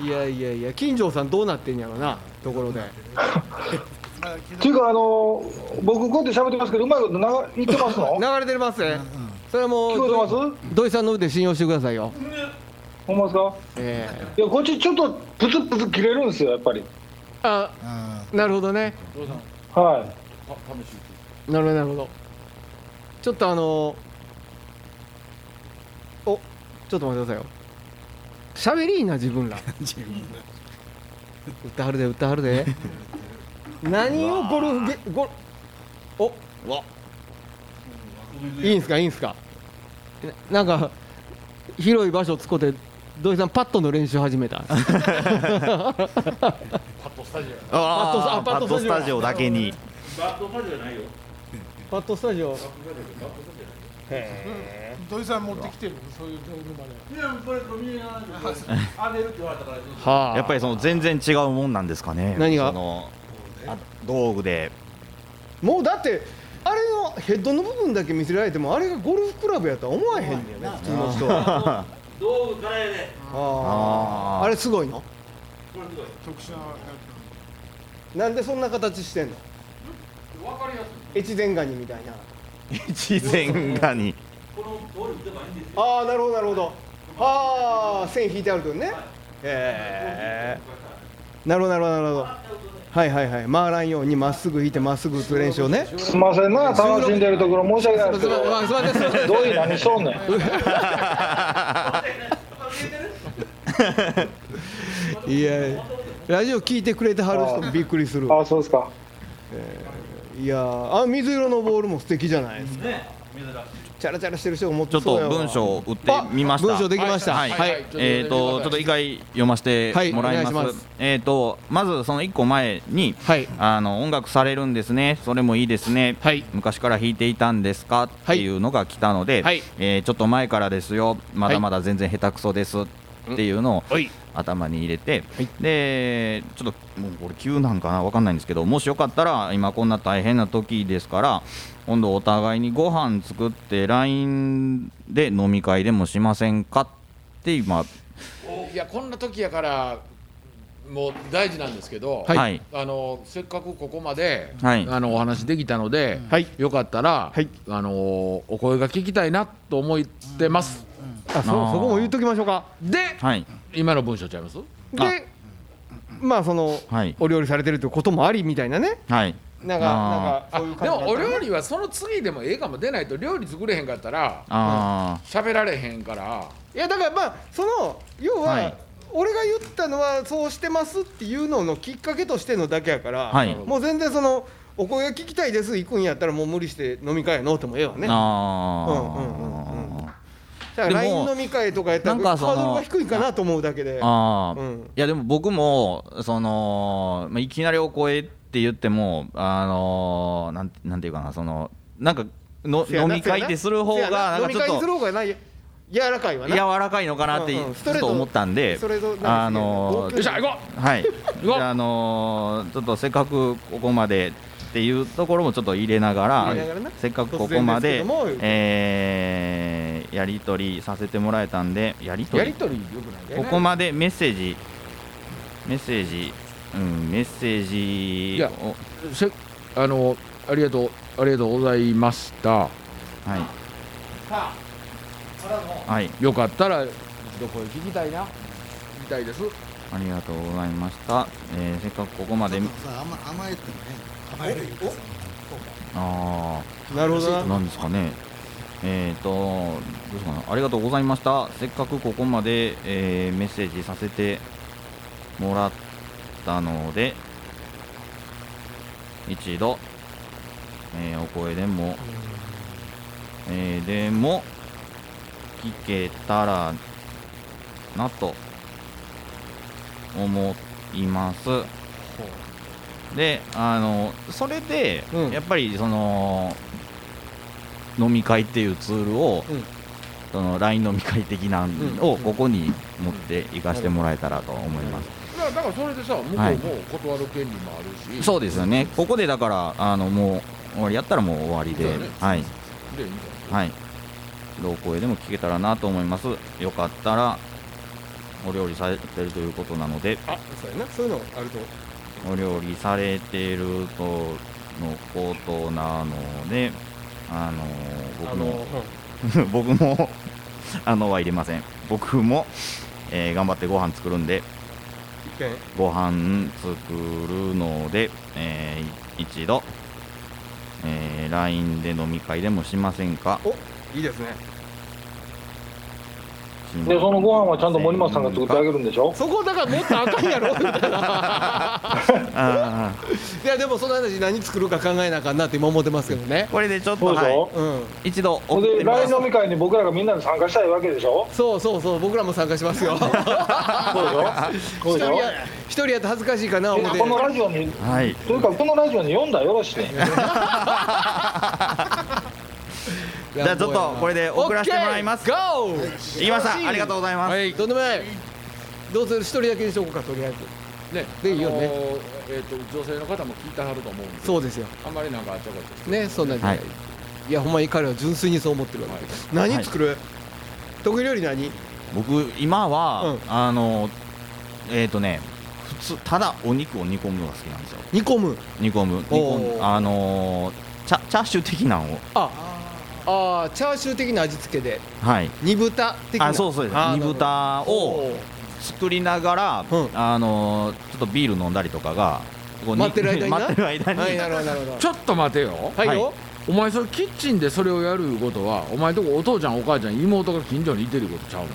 Speaker 4: いやいやいや金城さんどうなってんやろなところで
Speaker 6: っていうかあの僕こうやって喋ってますけどうまいことな言ってます
Speaker 4: (laughs)
Speaker 6: の
Speaker 4: 流れてますそれはも
Speaker 6: 聞こえ
Speaker 4: う
Speaker 6: てます
Speaker 4: 土井さんの腕信用してくださいよ
Speaker 6: ほんまですか
Speaker 4: え
Speaker 6: いやこっちちょっとプツプツ切れるんですよやっぱり
Speaker 4: えあ
Speaker 3: あ
Speaker 4: なるほどね
Speaker 6: は
Speaker 4: なるほどなるほどちょっとあのおちょっと待ってくださいよしゃべりいい (laughs) な自分ら歌はるで歌はるで何をゴルフゲゴルお
Speaker 1: わ
Speaker 4: いいんすかいいんすかななんか広い場所を使って土井さんパットの練習始めた (laughs)
Speaker 1: あーパッ
Speaker 4: パッドスタ
Speaker 1: ド
Speaker 4: ジ
Speaker 1: ス
Speaker 4: オ
Speaker 1: タジオだけに
Speaker 4: パットスタジオ
Speaker 5: 土井さん持ってきてるそういう道具まで。
Speaker 4: はあ
Speaker 1: やっぱりその全然違うもんなんですかね
Speaker 4: 何が
Speaker 1: そ
Speaker 4: (laughs)
Speaker 1: のあ道具で
Speaker 4: もうだってあれのヘッドの部分だけ見せられてもあれがゴルフクラブやとは思わへんねんね普通の人は
Speaker 7: 道具からやね
Speaker 4: あーあれすごいの
Speaker 7: これすごい
Speaker 5: 特殊なや
Speaker 4: なんでそんな形してんの
Speaker 7: 分かりやすい
Speaker 4: 越前ガニみたいな
Speaker 1: 一前ガニ
Speaker 7: このゴルフでもいいんですよ
Speaker 4: ああなるほどなるほどああ線引いてあるとねへえなるほどなるほどなるほどはいはいはい回らんようにまっすぐ引いてまっすぐ打つ練習をね
Speaker 6: すんませんな楽しんでるところ申し訳ないですけど
Speaker 4: まあすいませんすいません
Speaker 6: どういう何しとんねん
Speaker 4: いやラジオ聞いてくれてはる人もびっくりする
Speaker 6: あそうですか
Speaker 4: いやーあ水色のボールも素敵じゃないですかチャラチャラしてる人が持っ
Speaker 1: ちょっ
Speaker 4: てそうや
Speaker 1: と
Speaker 4: わ
Speaker 1: 文章を打ってみました
Speaker 4: あ文章できました
Speaker 1: はい、
Speaker 2: はいはい
Speaker 1: えっ、とちょっと一回読ませて
Speaker 4: はい
Speaker 1: もらいます,、
Speaker 4: お願いします
Speaker 1: えっ、とまずその一個前に、
Speaker 4: はい
Speaker 1: あの音楽されるんですねそれもいいですね、
Speaker 4: はい
Speaker 1: 昔から弾いていたんですかっていうのが来たので、
Speaker 4: はい
Speaker 1: えーちょっと前からですよまだまだ全然下手くそですっていうのを
Speaker 4: はい
Speaker 1: 頭に入れて、でちょっともうこれ急なんかなわかんないんですけどもしよかったら今こんな大変な時ですから今度お互いにご飯作って LINE で飲み会でもしませんかって今
Speaker 2: いやこんな時やからもう大事なんですけど、
Speaker 1: はいはい
Speaker 2: あのせっかくここまで、
Speaker 1: はい
Speaker 2: あのお話できたので、
Speaker 4: はい
Speaker 2: よかったら、
Speaker 4: はい
Speaker 2: あのお声が聞きたいなと思ってます、
Speaker 4: あそそこも言っときましょうか
Speaker 2: で、
Speaker 1: はい
Speaker 2: 今の文章ちゃいます
Speaker 4: でまあその、
Speaker 1: はい
Speaker 4: お料理されてるということもありみたいなね
Speaker 1: はい
Speaker 4: なんかなん
Speaker 1: あ
Speaker 4: か
Speaker 2: あ
Speaker 4: そういう
Speaker 2: で
Speaker 4: 感じ
Speaker 2: もお料理はその次でもええかも出ないと料理作れへんかったら
Speaker 1: あ
Speaker 2: 喋られへんから
Speaker 4: いやだからまあその要は、
Speaker 1: はい
Speaker 4: 俺が言ったのはそうしてますっていうののきっかけとしてのだけやから、
Speaker 1: はい
Speaker 4: もう全然そのお声が聞きたいです行くんやったらもう無理して飲み会やのってもええわ
Speaker 1: ー
Speaker 4: ねだ
Speaker 1: あー
Speaker 4: うんうんうんうんから
Speaker 1: でも
Speaker 4: LINE 飲み会とかやっ
Speaker 1: な
Speaker 4: た
Speaker 1: ん
Speaker 4: ら
Speaker 1: か
Speaker 4: ハ
Speaker 1: その
Speaker 4: ードルが低いかなと思うだけで
Speaker 1: ああ、
Speaker 4: うん
Speaker 1: いやでも僕もその、まあ、いきなりお声って言ってもあのー、なんてなんていうかなそのなんかの
Speaker 4: せや
Speaker 1: 飲
Speaker 4: な
Speaker 1: み会ってする方
Speaker 4: せや
Speaker 1: が
Speaker 4: な
Speaker 1: なんか
Speaker 4: 飲み
Speaker 1: ちょっ
Speaker 4: 会にする
Speaker 1: と
Speaker 4: 方がない柔らかいわな
Speaker 1: 柔らかいのかなって
Speaker 4: うんうん
Speaker 1: ちょっと思ったんで
Speaker 4: ストレートストレートなんか
Speaker 1: あの
Speaker 2: よ
Speaker 4: すげ
Speaker 2: っ
Speaker 4: え
Speaker 2: しゃ行こ
Speaker 1: ー、
Speaker 4: (laughs)
Speaker 1: はい
Speaker 2: 行こう
Speaker 1: であのー、ちょっとせっかくここまでっていうところもちょっと入れながら
Speaker 4: 入れながらな
Speaker 1: せっかくここまで
Speaker 4: 突然ですけども
Speaker 1: えーやり取りさせてもらえたんでやり
Speaker 2: う
Speaker 1: 取
Speaker 2: やり
Speaker 1: り
Speaker 2: とりよくないんだよ
Speaker 1: こ
Speaker 2: ね
Speaker 1: こまでメッセージ、メッセージ、うん、メッセージ
Speaker 2: いや
Speaker 1: を
Speaker 2: せあのありがとうありがとうございました
Speaker 1: はい、
Speaker 7: さあからの
Speaker 1: はい、
Speaker 2: よかったら一度声聞きたいな聞きたいです
Speaker 1: ありがとうございました。えーせっかくここまで、
Speaker 3: さ甘甘えてもね甘える言うかさ
Speaker 1: あ
Speaker 4: なるほどな
Speaker 1: あ、なんですかね。えっ、と、どうしようかな、ありがとうございました。せっかくここまで、えーメッセージさせてもらったので、一度、えーお声でも、えーでも、聞けたらなと思います。で、あの、それで、
Speaker 4: うん
Speaker 1: やっぱりその、飲み会っていうツールを、
Speaker 4: うん
Speaker 1: その LINE 飲み会的な
Speaker 4: うん
Speaker 1: のをここに持っていかしてもらえたらと思います。
Speaker 2: いやだからそれでさ向こう
Speaker 1: はい
Speaker 2: も断る権利もあるし、
Speaker 1: そうですよね。ここでだから、あの、もう、終わりやったらもう終わりで
Speaker 2: そうだね、
Speaker 1: はい。
Speaker 2: でいいん
Speaker 1: はい。どう声でも聞けたらなと思います。よかったら、お料理されてるということなので、
Speaker 4: あそうやなそういうのあると
Speaker 1: お料理されてるとのことなので、あの
Speaker 4: あ
Speaker 1: 僕
Speaker 4: の、う
Speaker 1: も、(laughs)
Speaker 4: ん
Speaker 1: 僕も、あのは入れません。僕も、えー頑張ってご飯作るんで、
Speaker 4: 一見
Speaker 1: ご飯作るので、えーい一度、えー LINE で飲み会でもしませんか
Speaker 4: いいですね
Speaker 6: でそのご飯はちゃんと森松さんが作ってあげるんでしょ
Speaker 4: そこだからもっとあかんやろみたいな
Speaker 1: あ
Speaker 4: (laughs) いやでもその話何作るか考えなあかんなって今思ってますけどね
Speaker 1: ーこれでちょっと、
Speaker 6: そうでし
Speaker 1: は
Speaker 6: ょ
Speaker 4: うん
Speaker 1: い、一度送
Speaker 6: ほん
Speaker 1: って
Speaker 6: で
Speaker 1: みます
Speaker 6: LINE 飲み会に僕らがみんなで参加したいわけでしょ
Speaker 4: そうそうそう僕らも参加し (laughs) ますよ
Speaker 6: そうでしょそ
Speaker 4: 一
Speaker 6: うでし
Speaker 4: 人
Speaker 6: ょ
Speaker 4: や一人やと恥ずかしいかな思って
Speaker 6: このラジオに
Speaker 1: はい、
Speaker 6: というかこのラジオに読んだらよろしいね
Speaker 4: じ
Speaker 1: じゃあちょっとこれで送らせてもらいます
Speaker 4: ゴー
Speaker 1: 行きましたありがとうございます、
Speaker 4: はいとんでもないどうする一人だけにしとこうかとりあえず
Speaker 2: ね
Speaker 4: でいいよね
Speaker 2: あのーえっと女性の方も聞いてはると思うんで
Speaker 4: そうですよ
Speaker 2: あんまりなんかあっちゃこっちゃして
Speaker 4: ねそんなんじゃない、
Speaker 1: はい
Speaker 4: い、やほんまに彼は純粋にそう思ってるわけです、何作る、得意料理何
Speaker 1: 僕今は、
Speaker 4: うん
Speaker 1: あのえっ、とね普通ただお肉を煮込むのが好きなんですよ
Speaker 4: 煮込む
Speaker 1: 煮込む煮込
Speaker 4: お
Speaker 1: む
Speaker 4: ー
Speaker 1: あのーチャチャーシュー的なんを
Speaker 4: ああーチャーシュー的な味付けで
Speaker 1: はい
Speaker 4: 煮豚的な
Speaker 1: あそうそうです
Speaker 4: あー
Speaker 1: 煮豚
Speaker 4: なるほど
Speaker 1: を作りながら、
Speaker 4: うん
Speaker 1: あのーちょっとビール飲んだりとかがこう
Speaker 4: 待ってる間にな
Speaker 1: (laughs) 待ってる間に、
Speaker 4: はいなるほどなるほど
Speaker 2: ちょっと待てよ
Speaker 4: はいいよ、
Speaker 2: お前それキッチンでそれをやるいうことはお前とこお父ちゃんお母ちゃん妹が近所にいてるいうことちゃうの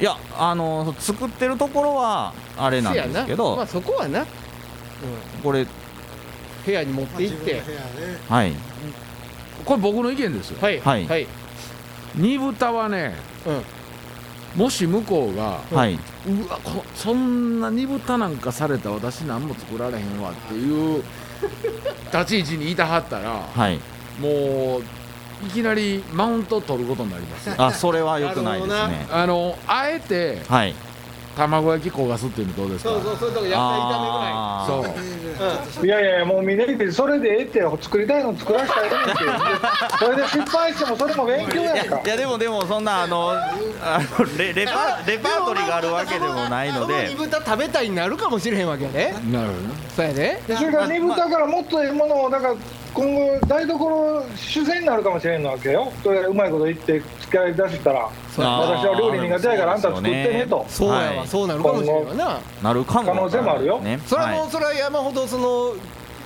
Speaker 1: いやあのー作ってるところはあれなん
Speaker 4: せや
Speaker 1: ですけど、
Speaker 4: まあ、そこはな、うん、
Speaker 1: これ
Speaker 4: 部屋に持って行っ
Speaker 5: 自分
Speaker 4: て
Speaker 5: の部屋ね
Speaker 1: はい
Speaker 2: これ僕の意見ですよ
Speaker 4: はい
Speaker 1: はい
Speaker 4: はい
Speaker 2: 煮豚はね、もし向こうが
Speaker 1: はい、
Speaker 2: うわこそんな煮豚なんかされた私何も作られへんわっていう立ち位置にいたはったら
Speaker 1: はい、
Speaker 2: もういきなりマウント取ることになりますよ
Speaker 1: あそれは良くないです
Speaker 4: なる
Speaker 1: ね
Speaker 2: あのあえて
Speaker 1: はい
Speaker 2: 卵焼き焦がすっていうのどうですか
Speaker 4: そうそうそういうとこ野菜炒
Speaker 1: あー
Speaker 2: そう
Speaker 6: いやいやいやもう峰岸それでええって作りたいの作らせたらええねんってそれで失敗してもそれも勉強
Speaker 1: い
Speaker 6: やん
Speaker 1: や
Speaker 6: か
Speaker 1: いやでもでもそんなあのあのレレパレパートリーがあるわけでもないの
Speaker 4: め
Speaker 1: で
Speaker 4: 煮豚食べたいになるかもしれへんわけやね
Speaker 2: なるほどね
Speaker 4: そうやね
Speaker 6: それから煮豚からもっとええものをだから今後台所主戦になるかもしれんのわけよそれうまいこと言って使い出せたら私は料理苦手やからあんた作ってねと
Speaker 4: そうやわ、
Speaker 1: はい
Speaker 4: そうなるかもしれんわな
Speaker 1: なるかも
Speaker 6: 可能性もあるよ
Speaker 1: ね
Speaker 4: それはもう
Speaker 1: は
Speaker 4: それは山ほどその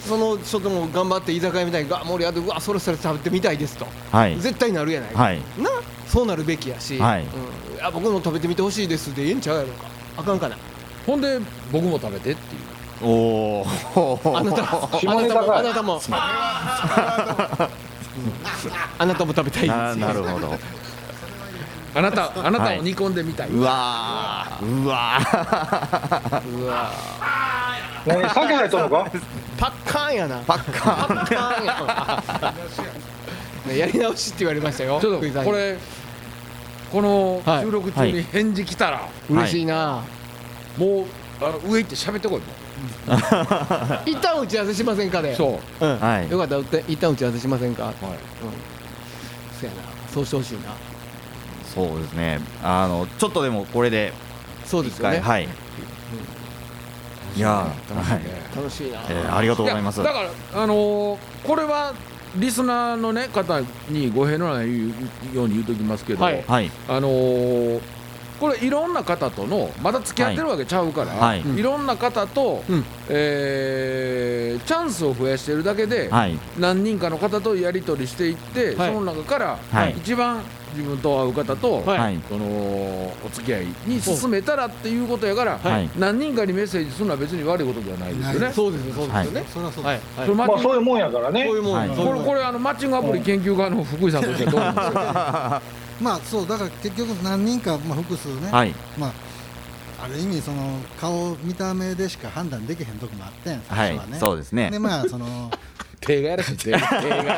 Speaker 4: そのちょっともう頑張って居酒屋みたいにが盛り上がってうわそろそろ食べてみたいですと、
Speaker 1: はい
Speaker 4: 絶対なるやない、
Speaker 1: はい
Speaker 4: なそうなるべきやし、
Speaker 1: はい
Speaker 4: うん、あ僕も食べてみてほしいですでええんちゃうやろうかあかんかな
Speaker 2: ほんで僕も食べてっていう
Speaker 1: いおお
Speaker 4: あな
Speaker 1: (laughs)
Speaker 4: たもあな
Speaker 6: ネ
Speaker 4: た
Speaker 6: タ
Speaker 4: も
Speaker 6: か
Speaker 4: あなたもあなたも食べたい
Speaker 1: な
Speaker 4: です
Speaker 1: なるほど
Speaker 2: あなたあなたを煮込んでみたい、
Speaker 1: うわーうわー
Speaker 6: 何酒入っとんのか
Speaker 4: パッカーン
Speaker 1: (laughs)
Speaker 4: やなパッカーンパッカーンやなやり直しって言われましたよ
Speaker 2: ちょっ
Speaker 4: 福井さ
Speaker 2: と
Speaker 4: ん
Speaker 2: こ
Speaker 4: に
Speaker 2: れこの
Speaker 4: はい
Speaker 2: 収録中に返事来たら、
Speaker 4: 嬉しいな、
Speaker 2: もうあの上行って喋ってこいもう
Speaker 4: 一旦打ち合わせしませんかで、
Speaker 2: そう
Speaker 4: ん
Speaker 1: (laughs) はい
Speaker 4: よかったら打って一旦打ち合わせしませんか
Speaker 2: う、はい、
Speaker 4: そやなそうしてほしいな
Speaker 1: そうですねあのちょっとでもこれで
Speaker 4: そうで
Speaker 1: 一
Speaker 4: すよ
Speaker 1: 回
Speaker 4: ね、
Speaker 1: はいいやー
Speaker 2: 楽しい
Speaker 1: は
Speaker 2: ね
Speaker 1: い
Speaker 4: 楽しいな、
Speaker 1: えーありがとうございます
Speaker 2: やだからあのーこれはリスナーのね方に語弊のないように言うときますけど、
Speaker 4: はい
Speaker 1: はい
Speaker 2: あのーこれいろんな方とのまだ付き合ってるわけちゃうから、
Speaker 1: はいい
Speaker 2: ろんな方と、
Speaker 4: うん
Speaker 2: えーチャンスを増やしてるだけで、
Speaker 1: はい
Speaker 2: 何人かの方とやり取りしていって、
Speaker 4: はい
Speaker 2: その中から、
Speaker 1: はい
Speaker 2: 一番自分と合う方と、
Speaker 4: はい
Speaker 1: はい
Speaker 2: そのお付き合いに進めたらっていうことやから、
Speaker 1: はい
Speaker 2: 何人かにメッセージするのは別に悪いことではないですよね。
Speaker 4: そうですよそうですよね、
Speaker 3: そりゃそう
Speaker 4: はい
Speaker 3: で
Speaker 4: はい
Speaker 2: それマッ
Speaker 6: ま
Speaker 2: チ
Speaker 6: あ
Speaker 2: ング
Speaker 6: そういうもんやからね
Speaker 4: こういうもん、
Speaker 1: はい
Speaker 4: そういう
Speaker 2: こ
Speaker 4: も
Speaker 2: れ
Speaker 4: ん
Speaker 2: これあのマッチングアプリ研究家の福井さんとしてはどうなんですか
Speaker 3: すまあそうだから結局何人か、まあ、複数ね、
Speaker 1: はい
Speaker 3: まあある意味その顔見た目でしか判断できへんとこもあってん
Speaker 1: は
Speaker 3: 最初はね、
Speaker 1: いそうですね
Speaker 3: でまあその
Speaker 2: 手がやらしい手が
Speaker 4: 手が手が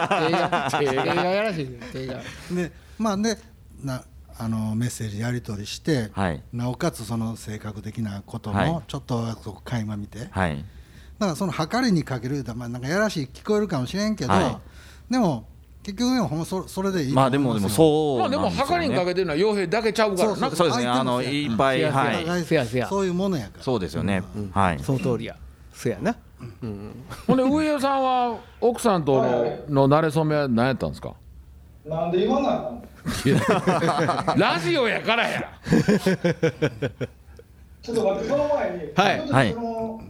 Speaker 4: やらしいね手が
Speaker 3: でまあねなあのメッセージやり取りして、
Speaker 1: はい
Speaker 3: なおかつその性格的なこと
Speaker 1: はい
Speaker 3: もちょっとこう垣間見て、
Speaker 1: はい
Speaker 3: だからその測りにかける言うたらまあなんかやらしい聞こえるかもしれんけど、
Speaker 1: は
Speaker 3: でも結局でもほんまそそれでいいと
Speaker 1: ま
Speaker 3: 思
Speaker 1: あでも
Speaker 3: い
Speaker 1: でも
Speaker 3: すよ
Speaker 1: そうな
Speaker 2: まあ
Speaker 1: ん
Speaker 2: でも
Speaker 1: すよね
Speaker 2: 測りにかけてるのは傭兵だけちゃうからな
Speaker 3: そう
Speaker 1: そうですね、
Speaker 3: 相手
Speaker 1: あの
Speaker 3: もそうや
Speaker 1: いっぱい、
Speaker 4: う
Speaker 1: は
Speaker 4: ん
Speaker 3: お互
Speaker 1: い、
Speaker 3: い
Speaker 4: せやせや
Speaker 3: そういうものやから
Speaker 1: そうですよね、はい、
Speaker 4: その通りやそやな
Speaker 2: ほんで上代さんは奥さんとのの馴れ初めは何やったんですか
Speaker 6: なんで今なの
Speaker 2: ラジオやからや
Speaker 6: ちょっと待ってその前に
Speaker 4: はい
Speaker 6: ちょっと
Speaker 1: はい
Speaker 6: その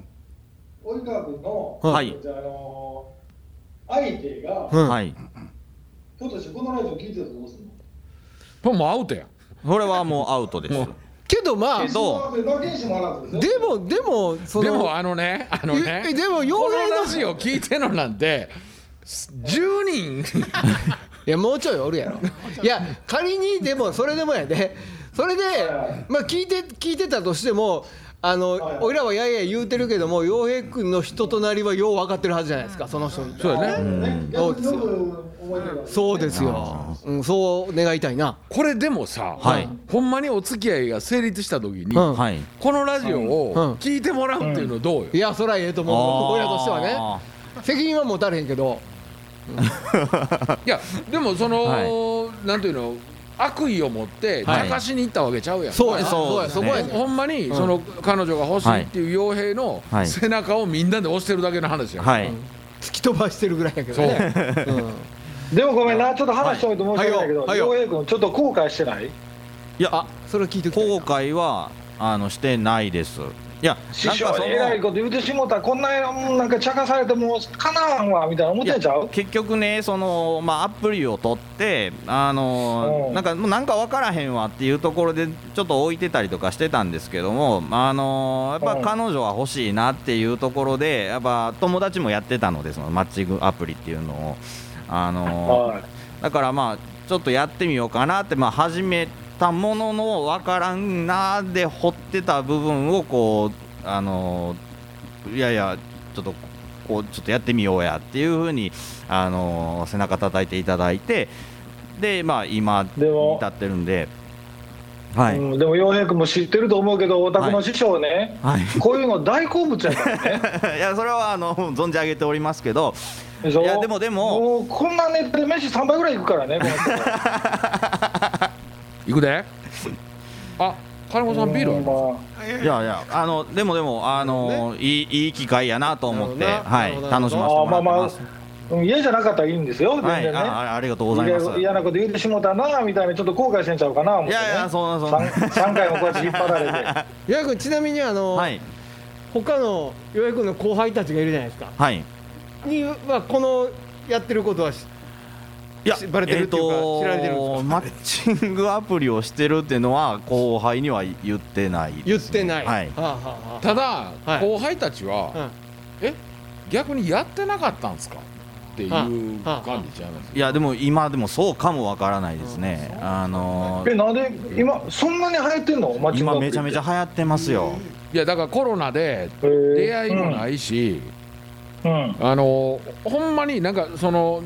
Speaker 6: 及川君の
Speaker 1: はい
Speaker 6: じゃああの相手が
Speaker 4: うん
Speaker 1: はい、
Speaker 6: 今年このラジオ聞いてたらどうするの
Speaker 2: これもうアウトやん
Speaker 1: これはもうアウトです。
Speaker 4: けどまあ
Speaker 6: 消してもらって馬券してもらって
Speaker 4: でもでもそ
Speaker 2: で
Speaker 4: の
Speaker 2: もあのねあのね
Speaker 4: えでも傭兵の
Speaker 2: このラジオ聞いてんのなんて10人
Speaker 4: いやもうちょいおるやろいや仮にでもそれでもやでそれでまあ聞いて聞いてたとしてもあの俺らはやいや言うてるけども洋平君の人となりはよう分かってるはずじゃないですかその人に
Speaker 2: そうやね、
Speaker 4: そうですよそうですよ、うん、そう願いたいな
Speaker 2: これでもさ、
Speaker 1: はい
Speaker 2: ほんまにお付き合いが成立した時に、
Speaker 4: うん
Speaker 1: はい
Speaker 2: このラジオ
Speaker 4: うん
Speaker 2: を聞いてもらうっていうのどうよ、
Speaker 4: いやそらええと思う俺らとしてはね
Speaker 1: あ
Speaker 4: 責任は持たれへんけど
Speaker 2: いやでもその、
Speaker 1: は
Speaker 2: なんていうの悪意を持って
Speaker 1: はい
Speaker 2: 泣かしに行ったわけちゃうやん、
Speaker 4: そうや
Speaker 1: ー
Speaker 4: そうや
Speaker 1: です
Speaker 4: そ
Speaker 1: ね
Speaker 4: こやね
Speaker 2: ほんまにその彼女が欲しいっていう傭兵の
Speaker 1: はい
Speaker 2: 背中をみんなで押してるだけの話や
Speaker 1: (laughs)
Speaker 2: ん、
Speaker 1: はい
Speaker 4: 突き飛ばしてるぐらいやけどねうん
Speaker 6: でもごめんな、ちょっと話しておいて申し訳ないけど、
Speaker 4: はいはい
Speaker 6: 洋
Speaker 4: よ
Speaker 6: 平君、ちょっと後悔してない
Speaker 1: いや
Speaker 4: あそれを聞いておきたい
Speaker 1: 後
Speaker 4: な
Speaker 1: 悔はあのしてないですいや
Speaker 6: 師
Speaker 1: なん
Speaker 6: 匠
Speaker 1: かそ
Speaker 6: にえらい
Speaker 1: の
Speaker 6: こと言うてしもたらこんなうんなんか茶化されてもうかなわんわみたいな思っ
Speaker 1: い
Speaker 6: て
Speaker 1: や
Speaker 6: んちゃう
Speaker 1: 結局ねその、まあ、アプリを取ってあ
Speaker 6: う
Speaker 1: の
Speaker 6: ん
Speaker 1: なんかもうなんか分からへんわっていうところでちょっと置いてたりとかしてたんですけどもあのやっ
Speaker 6: うん
Speaker 1: ぱ彼女は欲しいなっていうところでやっぱ友達もやってたのでそのマッチングアプリっていうのをあの
Speaker 6: はい
Speaker 1: だからまあちょっとやってみようかなってまあ始めたものの分からんなーで掘ってた部分をこうあのーいやいやちょっとこうちょっとやってみようやっていうふうにあのー背中叩いていただいてでまあ今に
Speaker 6: でも
Speaker 1: 至ってるんで (laughs) はい、
Speaker 6: うん、でも洋平君も知ってると思うけどお宅の師匠ね、
Speaker 1: はい
Speaker 6: こういうの大好物やから
Speaker 1: (laughs)
Speaker 6: ね
Speaker 1: いやそれはあの存じ上げておりますけど
Speaker 6: でしょ
Speaker 1: いやでもでも
Speaker 6: もうこんなネタで飯3杯ぐらいいくからねこの人
Speaker 2: いくであ金子さんビールあります
Speaker 6: ほんま
Speaker 1: いやいやあのでもでもあのー、いいいい機会やなと思って、
Speaker 4: なるほどな
Speaker 1: はい
Speaker 4: なるほど
Speaker 1: 楽しませてもらってます。
Speaker 6: うん嫌じゃなかったらいいんですよ全
Speaker 1: はい、
Speaker 6: 然ね、
Speaker 1: ああありがとうございます。
Speaker 6: 嫌嫌なこと言うてしもたなみたいにちょっと後悔してんちゃうかな思って、
Speaker 1: い
Speaker 6: ね、
Speaker 1: やいや、そんなそんな。
Speaker 6: 3, 回もこうやって引っ張られて
Speaker 4: 岩井君ちなみにあの、
Speaker 1: はい、
Speaker 4: 他の岩井君の後輩たちがいるじゃないですか
Speaker 1: はい。
Speaker 4: にはこのやってることはし
Speaker 1: いや
Speaker 4: しバレてるっていうか知られてるんですか
Speaker 1: マッチングアプリをしてるっていうのは後輩には言ってないですね、
Speaker 4: 言ってない、
Speaker 1: はい
Speaker 4: はあはあは
Speaker 2: ただ、
Speaker 4: はい
Speaker 2: 後輩たちは、
Speaker 4: あうん
Speaker 2: 逆にやってなかったんですかっていう
Speaker 4: はあ
Speaker 2: 感じちゃいます
Speaker 1: いやでも今でもそうかもわからないですね。あ (laughs) のー
Speaker 6: えなんで今そんなに流行ってんのマッチング
Speaker 1: 今
Speaker 6: アプリ
Speaker 1: め
Speaker 6: って
Speaker 1: ちゃめちゃ流行ってますよ。
Speaker 2: いやだからコロナで
Speaker 6: へー
Speaker 2: 出会いもないし、
Speaker 6: うんうん
Speaker 2: あのほんまになんかその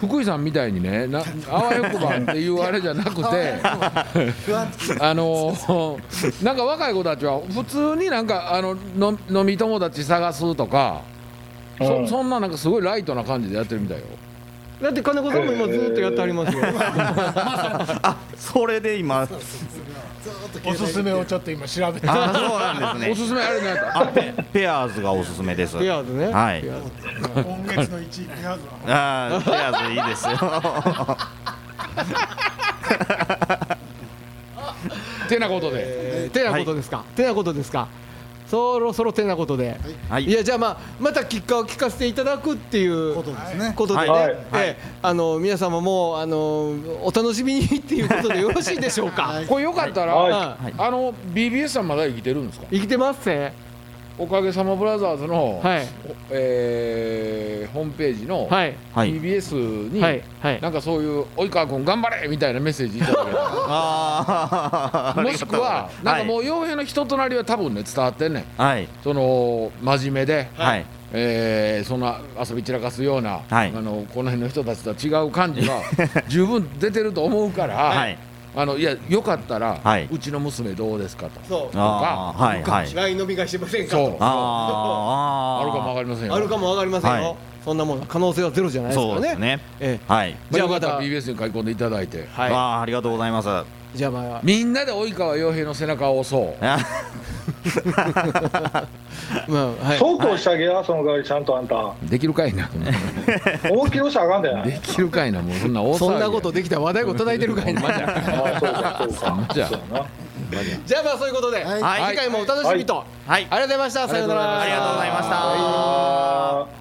Speaker 2: 福井さんみたいにねなあわよくばっていうあれじゃなくて
Speaker 3: 不安定
Speaker 2: あのなんか若い子たちは普通になんかあのの飲み友達探すとか、
Speaker 6: うん
Speaker 2: そそんななんかすごいライトな感じでやってるみたいよ。
Speaker 4: だって金子さんも今ずっとやってありますよ、
Speaker 1: それで
Speaker 4: (laughs)
Speaker 1: 今、あ
Speaker 5: おすすめをちょっと今調べて
Speaker 1: そうなん
Speaker 2: お
Speaker 1: ですね。
Speaker 2: すすめあれなんやった
Speaker 1: あペペアーズがおすすめです。
Speaker 4: ペアーズね
Speaker 1: はい。
Speaker 5: 今月の1位ペアーズは
Speaker 1: あーペアーズいいです
Speaker 4: (laughs)
Speaker 1: よ。
Speaker 2: てなことで、
Speaker 4: えーてなことですか、てなことですかそろそろてなことで、、
Speaker 1: はいい。
Speaker 4: やじゃあまあまた結果を聞かせていただくっていう
Speaker 3: ことですね。
Speaker 4: ことでね、
Speaker 6: はい
Speaker 4: えーあの皆様もあのお楽しみにっていうことでよろしいでしょうか、
Speaker 3: はい
Speaker 2: これよかったら、
Speaker 6: はい
Speaker 4: はい
Speaker 2: あの BBS さんまだ生きてるんですか
Speaker 4: 生きてますね
Speaker 2: おかげさまブラザーズの、
Speaker 4: はい
Speaker 2: えーホームページの、
Speaker 4: はい
Speaker 1: はい
Speaker 2: BBS に、
Speaker 4: はいはい
Speaker 2: なんかそういう「及川君頑張れ!」みたいなメッセージいただけたら
Speaker 1: (laughs) ああ。
Speaker 2: もしくはなんかもう傭兵の人となりは多分ね伝わってんねん
Speaker 1: う。はい。
Speaker 2: その真面目で、
Speaker 1: はい。
Speaker 2: えーそんな遊び散らかすような、
Speaker 1: はい
Speaker 2: あのこの辺の人たちとは違う感
Speaker 1: (laughs)
Speaker 2: じが十分出てると思うから、
Speaker 1: はい。
Speaker 2: あのいやよかったら、
Speaker 1: はいう
Speaker 2: ちの娘どうですかと。
Speaker 4: そう
Speaker 1: ああ、はい。はい。
Speaker 4: LINE 飲み会してませんか
Speaker 2: そう
Speaker 4: と
Speaker 1: あー
Speaker 2: あるかもわ
Speaker 1: あ
Speaker 2: かりませんよ
Speaker 4: あるかもわかりませんよ、
Speaker 1: はい
Speaker 4: そんなもん可能性はゼロじゃない
Speaker 1: ー
Speaker 4: ですか
Speaker 1: そ
Speaker 4: ら
Speaker 1: うで
Speaker 4: ね
Speaker 1: すね
Speaker 4: ええ
Speaker 1: はい、
Speaker 2: じ
Speaker 4: じ
Speaker 2: ゃ
Speaker 4: ゃ
Speaker 2: あ
Speaker 4: あ
Speaker 2: ま
Speaker 4: ま
Speaker 2: た
Speaker 4: た
Speaker 2: BBS に書き込んでいただいて、
Speaker 1: あ
Speaker 4: は
Speaker 1: あありがとうございます
Speaker 4: いじゃあまあ
Speaker 2: みんなで及川洋平の背中を押そう
Speaker 4: まあはい
Speaker 6: そうこうしてあげやその代わりちゃんとあんた
Speaker 2: できるかいな
Speaker 4: (laughs)
Speaker 6: 思いっきり押したらあかんだよ
Speaker 2: できるかいなもうそんな大騒ぎ
Speaker 4: そんなことできたら話題を叩いてるかいな
Speaker 2: ほんまじ
Speaker 6: あ
Speaker 2: ゃ
Speaker 6: あそ
Speaker 4: (laughs)
Speaker 6: うかそう
Speaker 2: ほんま
Speaker 6: か
Speaker 2: じゃ
Speaker 6: そうやな
Speaker 4: じゃあまあそういうことで、
Speaker 3: はい
Speaker 1: はい
Speaker 4: 次回もお楽しみと、
Speaker 1: はい
Speaker 4: ありがとうございましたさようなら
Speaker 1: ありがとうございました、
Speaker 6: あー